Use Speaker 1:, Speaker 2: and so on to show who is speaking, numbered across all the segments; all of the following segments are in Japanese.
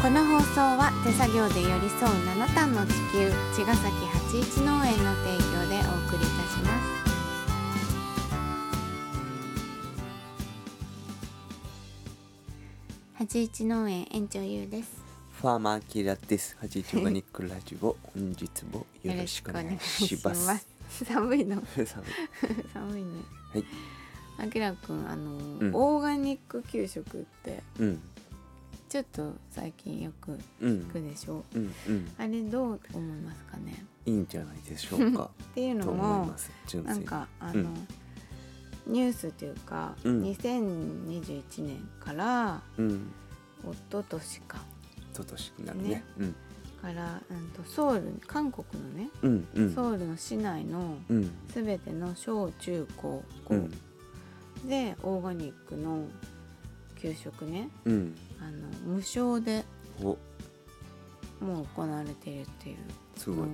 Speaker 1: この放送は手作業で寄り添う七段の地球茅ヶ崎八一農園の提供でお送りいたします八一農園園長ゆうです
Speaker 2: ファーマーキラです。八一オーガニックラジ オ、本日もよろしくお願
Speaker 1: よろ
Speaker 2: いしま
Speaker 1: し
Speaker 2: す。
Speaker 1: くお願いします寒いの
Speaker 2: 寒い
Speaker 1: 寒いね
Speaker 2: はい
Speaker 1: あきらくんあの、
Speaker 2: うん
Speaker 1: オーガニック給食って
Speaker 2: うん、
Speaker 1: ちょっと最近よく
Speaker 2: うん、
Speaker 1: 聞くでしょ
Speaker 2: うん、うん、
Speaker 1: あれどう思いますかね
Speaker 2: いいんじゃないでしょうか。
Speaker 1: っていうの
Speaker 2: と
Speaker 1: も
Speaker 2: 思います。純
Speaker 1: な
Speaker 2: 粋
Speaker 1: ん
Speaker 2: に。
Speaker 1: かあの、
Speaker 2: う
Speaker 1: ニュースというか、
Speaker 2: うん
Speaker 1: 2021年から
Speaker 2: うん、
Speaker 1: 一昨年か
Speaker 2: ととしくなる
Speaker 1: ね
Speaker 2: ね。うん、
Speaker 1: から、うん、とソウル韓国のね、
Speaker 2: うん、うん、
Speaker 1: ソウルの市内の
Speaker 2: うん、
Speaker 1: すべての小中高
Speaker 2: う
Speaker 1: 校
Speaker 2: ん、
Speaker 1: で、オーガニックの給食ね
Speaker 2: うん、
Speaker 1: あの無償で
Speaker 2: お、
Speaker 1: もう行われているっていう
Speaker 2: すごい
Speaker 1: もう。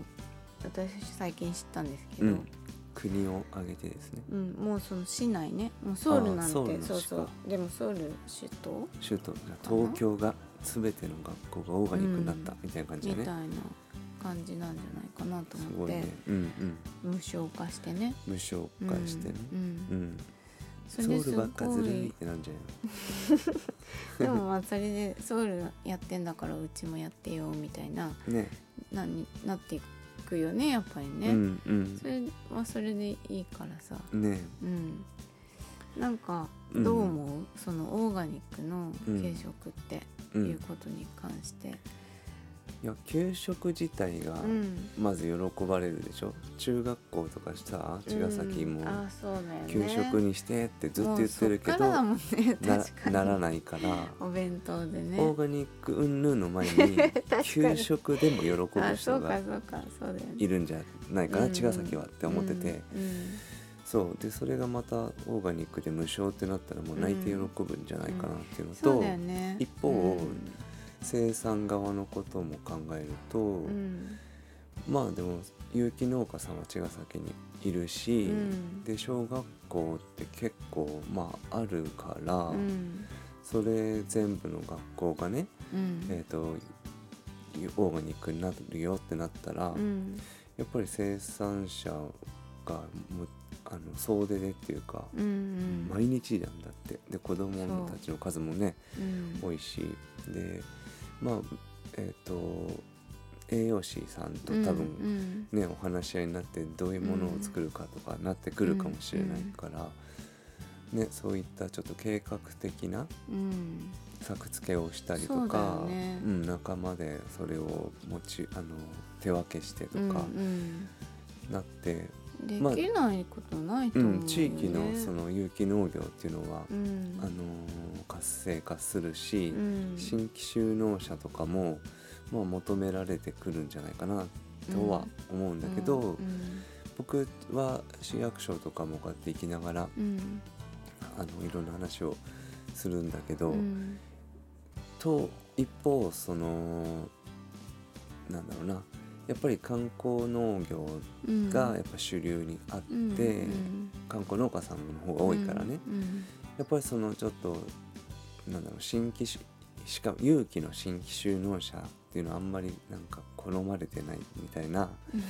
Speaker 1: 私最近知ったんですけ
Speaker 2: う
Speaker 1: ど、
Speaker 2: ん、国を挙げてですね。
Speaker 1: うんもうその市内ねもうソウルなん
Speaker 2: あー
Speaker 1: て
Speaker 2: ソウルの市
Speaker 1: そうそう
Speaker 2: か
Speaker 1: でもソウル首都
Speaker 2: 首都が東京がすべての学校がオーガニックになった
Speaker 1: うん
Speaker 2: みたいな感じ
Speaker 1: み
Speaker 2: だ
Speaker 1: たい
Speaker 2: ね。
Speaker 1: な感じなんじゃないかなと
Speaker 2: す
Speaker 1: 思っ
Speaker 2: ごい
Speaker 1: て、
Speaker 2: ね。うん、うん、
Speaker 1: 無償化してね。
Speaker 2: 無償
Speaker 1: うん
Speaker 2: 化してね。
Speaker 1: う
Speaker 2: うんん。
Speaker 1: そ
Speaker 2: ソ
Speaker 1: れで
Speaker 2: ウ
Speaker 1: す
Speaker 2: ル
Speaker 1: ご
Speaker 2: ばっかずるいっ
Speaker 1: い
Speaker 2: てなんじゃないの
Speaker 1: でもまあそれでソウルやってんだからうちもやってよみたいな
Speaker 2: ね
Speaker 1: なになっていくよねやっぱりね、
Speaker 2: うん
Speaker 1: それはそれでいいからさ
Speaker 2: うんね
Speaker 1: うんなんか
Speaker 2: うん
Speaker 1: どう思う、そのオーガニックの
Speaker 2: うん
Speaker 1: 軽食って
Speaker 2: う
Speaker 1: いうんことに関して
Speaker 2: いや給食自体が
Speaker 1: うん、
Speaker 2: まず喜ばれるでしょ、中学校とかさ茅ヶ崎も
Speaker 1: うんあそうだよね
Speaker 2: 給食にしてってずっと言ってるけど、
Speaker 1: もうそっからだもんね
Speaker 2: な
Speaker 1: 確かに
Speaker 2: ならないから、
Speaker 1: お弁当でね
Speaker 2: オーガニック云々の前 に
Speaker 1: 確かに
Speaker 2: 給食でも喜ぶ
Speaker 1: あそ
Speaker 2: 人
Speaker 1: うか
Speaker 2: が
Speaker 1: そうかそうだよね
Speaker 2: いるんじゃないかな、
Speaker 1: うん
Speaker 2: 茅ヶ崎はって思ってて、
Speaker 1: うん
Speaker 2: そうでそれがまたオーガニックで無償ってなったらもう泣いて喜ぶんじゃないかなってい
Speaker 1: うん
Speaker 2: うのと、
Speaker 1: そうだよね
Speaker 2: 一方
Speaker 1: うん
Speaker 2: 生産側のことも考えると、
Speaker 1: うん
Speaker 2: まあでも有機農家さんは茅ヶ崎にいるし、
Speaker 1: うん
Speaker 2: で小学校って結構まああるから、
Speaker 1: うん
Speaker 2: それ全部の学校がね、
Speaker 1: うん
Speaker 2: えー、とオーガニックになるよってなったら、
Speaker 1: うん
Speaker 2: やっぱり生産者がもうあの総出でっていうか、
Speaker 1: うんうん
Speaker 2: 毎日なんだってで子供たちの数もね
Speaker 1: うん
Speaker 2: 多いしでまあえっ、と栄養士さんと多分、
Speaker 1: うん
Speaker 2: ね、お話し合いになってどういうものを作るかとかなってくるかもしれないから、ね、そういったちょっと計画的な
Speaker 1: うん
Speaker 2: 作付けをしたりと
Speaker 1: そうだ
Speaker 2: か
Speaker 1: よね
Speaker 2: ん、仲間でそれを持ちあの手分けしてと
Speaker 1: うん
Speaker 2: か
Speaker 1: うん
Speaker 2: なって、
Speaker 1: で
Speaker 2: まあ
Speaker 1: きないことないと
Speaker 2: うん
Speaker 1: 思うよね
Speaker 2: 地域のその有機農業っていうのは、
Speaker 1: うん
Speaker 2: あの活性化するし、
Speaker 1: うん
Speaker 2: 新規就農者とかも、まあ、求められてくるんじゃないかなとは思うんだけど。
Speaker 1: うん
Speaker 2: 僕は市役所とかもこうやって行きながら
Speaker 1: うん
Speaker 2: あのいろんな話をするんだけ
Speaker 1: う
Speaker 2: ど、
Speaker 1: ん
Speaker 2: と一方そのなんだろうなやっぱり観光農業
Speaker 1: うん
Speaker 2: がやっぱ主流にあって、
Speaker 1: うんうん
Speaker 2: 観光農家さんの方が多いからね、
Speaker 1: うん
Speaker 2: やっぱりそのちょっとなんだろう新規ししかも有機の新規就農者っていうのはあんまりなんか好まれてないみた いな
Speaker 1: うん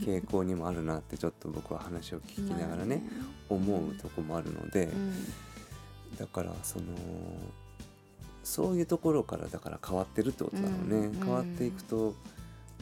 Speaker 2: 傾向にもあるなってちょっと僕は話を聞きながらね思うとこもあるので、
Speaker 1: うん
Speaker 2: だからそのそういうところからだから変わってるってことだろう
Speaker 1: う
Speaker 2: ね、
Speaker 1: ん
Speaker 2: 変わっていくと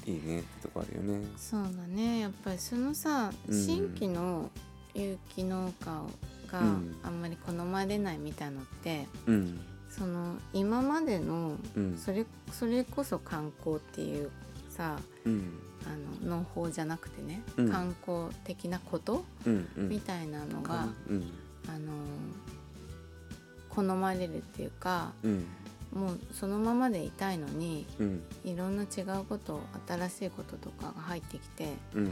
Speaker 2: いいねってとこあるよね
Speaker 1: そうだねやっぱりそのさ
Speaker 2: うん
Speaker 1: 新規の有機農家が
Speaker 2: うん
Speaker 1: あんまり好まれないみたいのって、
Speaker 2: うん
Speaker 1: その今までの
Speaker 2: うん
Speaker 1: それそれこそ観光っていうさ
Speaker 2: うん
Speaker 1: あの農法じゃなくてね、
Speaker 2: うん
Speaker 1: 観光的なこと、
Speaker 2: うんうん
Speaker 1: みたいなの
Speaker 2: か
Speaker 1: が、
Speaker 2: うん
Speaker 1: あの好まれるっていうか
Speaker 2: うん
Speaker 1: もうそのままでいたいのに
Speaker 2: うん
Speaker 1: いろんな違うこと新しいこととかが入ってきて
Speaker 2: うん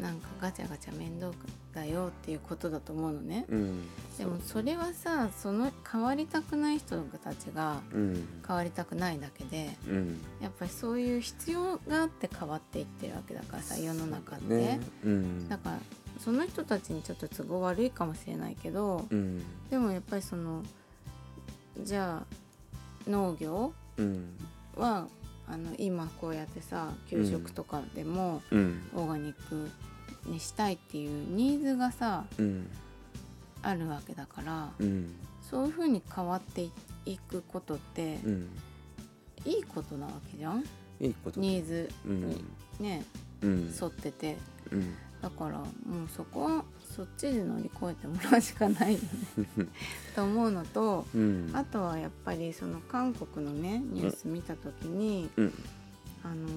Speaker 1: なんかガチャガチャ面倒だよっていうことだと思うのね、
Speaker 2: うん
Speaker 1: でもそれはさその変わりたくない人たちが
Speaker 2: うん
Speaker 1: 変わりたくないだけで
Speaker 2: うん
Speaker 1: やっぱりそういう必要があって変わっていってるわけだからさ世の中って、
Speaker 2: ねうん
Speaker 1: だからその人たちにちょっと都合悪いかもしれないけど、
Speaker 2: うん
Speaker 1: でもやっぱりそのじゃあ農業
Speaker 2: うん
Speaker 1: はあの今こうやってさ給食とかでも
Speaker 2: うん
Speaker 1: オーガニックにしたいっていうニーズがさ
Speaker 2: うん
Speaker 1: あるわけだから
Speaker 2: うん
Speaker 1: そういうふうに変わっていくことって
Speaker 2: うん
Speaker 1: いいことなわけじゃん
Speaker 2: いいことだ
Speaker 1: ニーズ
Speaker 2: うん
Speaker 1: ね
Speaker 2: うん
Speaker 1: 沿ってて
Speaker 2: うん
Speaker 1: だからもうそこはそっちで乗り越えてもらうしかないよね と思うのと
Speaker 2: うん
Speaker 1: あとはやっぱりその韓国のねニュース見た時に
Speaker 2: うん
Speaker 1: あの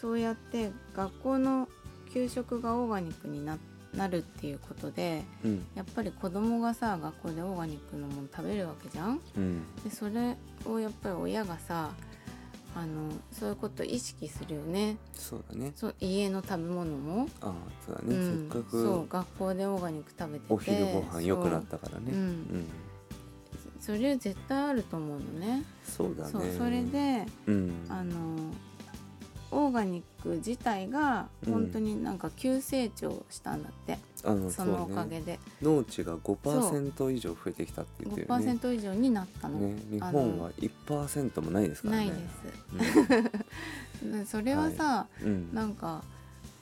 Speaker 1: そうやって学校の給食がオーガニックにななるっていうことで
Speaker 2: うん
Speaker 1: やっぱり子供がさ学校でオーガニックのもの食べるわけじゃん
Speaker 2: うん
Speaker 1: でそれをやっぱり親がさあのそういうこと意識するよね
Speaker 2: そうだね
Speaker 1: そう家の食べ物も、
Speaker 2: ああそうだ
Speaker 1: う
Speaker 2: ね、
Speaker 1: ん、
Speaker 2: せっ
Speaker 1: そ
Speaker 2: かく
Speaker 1: う学校でオーガニック食べてて
Speaker 2: お昼ご飯良くなったから
Speaker 1: そう
Speaker 2: ね
Speaker 1: うん
Speaker 2: ん
Speaker 1: そうそれ絶対あると思うのね
Speaker 2: そうだね
Speaker 1: そうそれで
Speaker 2: うん
Speaker 1: あのオーガニック自体が本当になんか急成長したんだって、
Speaker 2: あの
Speaker 1: そのお
Speaker 2: うね
Speaker 1: かげで、
Speaker 2: 農地が5%以上増えてきたって言ってるよね
Speaker 1: 5%以上になったの、
Speaker 2: ね日本は1%もないですから
Speaker 1: な
Speaker 2: ね
Speaker 1: いで
Speaker 2: です、
Speaker 1: すそれはさ、
Speaker 2: うんうん、
Speaker 1: なんか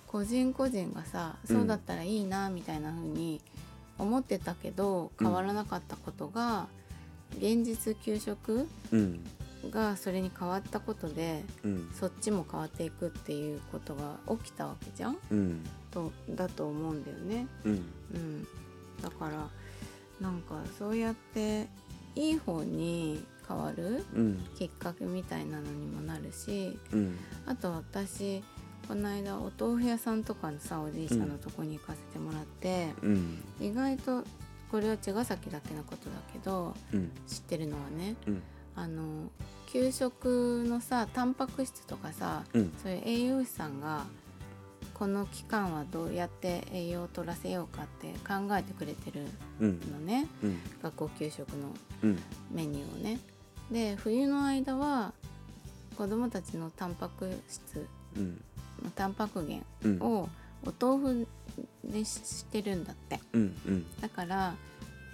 Speaker 1: 個人個人がさ
Speaker 2: うん
Speaker 1: そうだったらいいなみたいな風に思ってたけど
Speaker 2: うん
Speaker 1: 変わらなかったことが、現実給食
Speaker 2: うん
Speaker 1: がそれに変わったことで
Speaker 2: うん
Speaker 1: そっちも変わっていくっていうことが起きたわけじゃん
Speaker 2: うん
Speaker 1: とだと思うんだよね。
Speaker 2: うん
Speaker 1: うん、だからなんかそうやっていい方に変わる
Speaker 2: うん
Speaker 1: きっかけみたいなのにもなるし
Speaker 2: うん
Speaker 1: あと私この間お豆腐屋さんとかのさおじいちゃんのとこに行かせてもらって、
Speaker 2: うん
Speaker 1: 意外とこれは茅ヶ崎だけのことだけど
Speaker 2: うん
Speaker 1: 知ってるのはね
Speaker 2: うん
Speaker 1: あの給食のさタンパク質とかさ
Speaker 2: うん
Speaker 1: そういう栄養士さんがこの期間はどうやって栄養を取らせようかって考えてくれてる
Speaker 2: うん
Speaker 1: のね
Speaker 2: うん
Speaker 1: 学校給食の
Speaker 2: うん
Speaker 1: メニューをね。で冬の間は子どもたちのタンパク質
Speaker 2: うん
Speaker 1: タンパク源
Speaker 2: うん
Speaker 1: をお豆腐にしてるんだって
Speaker 2: うんうん
Speaker 1: だから、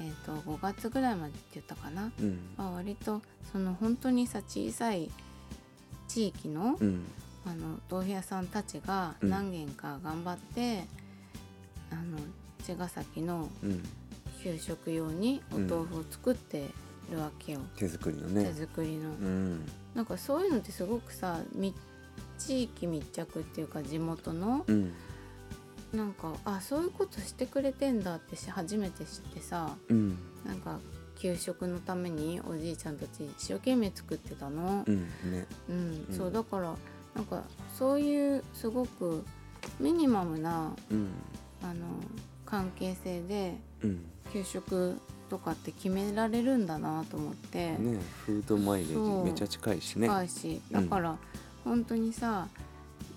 Speaker 1: えー、と5月ぐらいまでって言ったかな、
Speaker 2: うん
Speaker 1: まあ、割とその本当にさ小さい地域の,、
Speaker 2: うん
Speaker 1: あの豆腐屋さんたちが
Speaker 2: うん
Speaker 1: 何軒か頑張って、あの茅ヶ崎の
Speaker 2: うん
Speaker 1: 給食用にお豆腐を作ってるわけよ、
Speaker 2: 手作りの
Speaker 1: 手
Speaker 2: ね
Speaker 1: 作りの。
Speaker 2: うん
Speaker 1: なんかそういうのってすごくさみ地域密着っていうか地元の、
Speaker 2: うん
Speaker 1: なんかあそういうことしてくれてんだってし初めて知ってさ
Speaker 2: うん
Speaker 1: なんか給食のためにおじいちゃんたち一生懸命作ってたの
Speaker 2: う、んね
Speaker 1: うん
Speaker 2: うん
Speaker 1: そうだからなんかそういうすごくミニマムな
Speaker 2: うん
Speaker 1: あの関係性で
Speaker 2: うん
Speaker 1: 給食とかって決められるんだなと思って、
Speaker 2: ねフードマイレ
Speaker 1: そ
Speaker 2: ー
Speaker 1: う
Speaker 2: ジめちゃ近いしね
Speaker 1: 深いし
Speaker 2: う
Speaker 1: だ
Speaker 2: ん
Speaker 1: から本当にさ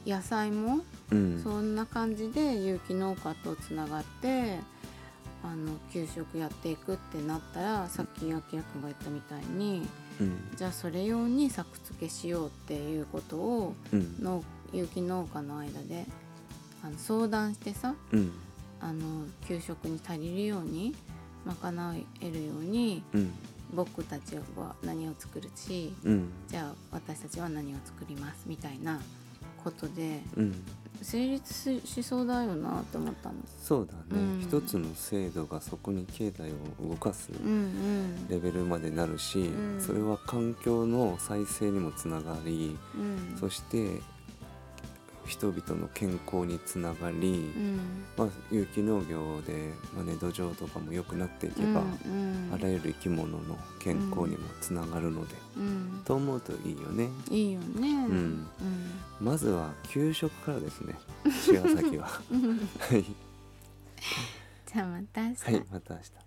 Speaker 1: 野菜も
Speaker 2: うん
Speaker 1: そんな感じで有機農家とつながってあの給食やっていくってなったらさっき秋谷君が言ったみたいに
Speaker 2: うん
Speaker 1: じゃあそれ用に作付けしようっていうことを
Speaker 2: うん
Speaker 1: 農有機農家の間であの相談してさ
Speaker 2: うん
Speaker 1: あの給食に足りるように賄えるように
Speaker 2: うん
Speaker 1: 僕たちは何を作るし
Speaker 2: うん
Speaker 1: じゃあ私たちは何を作りますみたいなことで
Speaker 2: うん
Speaker 1: 成立ししそうだよなと思ったんです。
Speaker 2: そうだね、
Speaker 1: うん
Speaker 2: 一つの制度がそこに経済を動かす
Speaker 1: うん
Speaker 2: レベルまでなるし、
Speaker 1: うん
Speaker 2: それは環境の再生にもつながり、
Speaker 1: うんうん、
Speaker 2: そして人々の健康につながり、
Speaker 1: うん、
Speaker 2: まあ、有機農業で、まあね、土壌とかも良くなっていけば、
Speaker 1: うんうん、
Speaker 2: あらゆる生き物の健康にもつながるので、
Speaker 1: うん、
Speaker 2: と思うといいよね
Speaker 1: いいよね。
Speaker 2: ん
Speaker 1: うん
Speaker 2: まずは給食からです ね茅ヶ崎ははい
Speaker 1: じゃあまた明日。
Speaker 2: はいまた明日。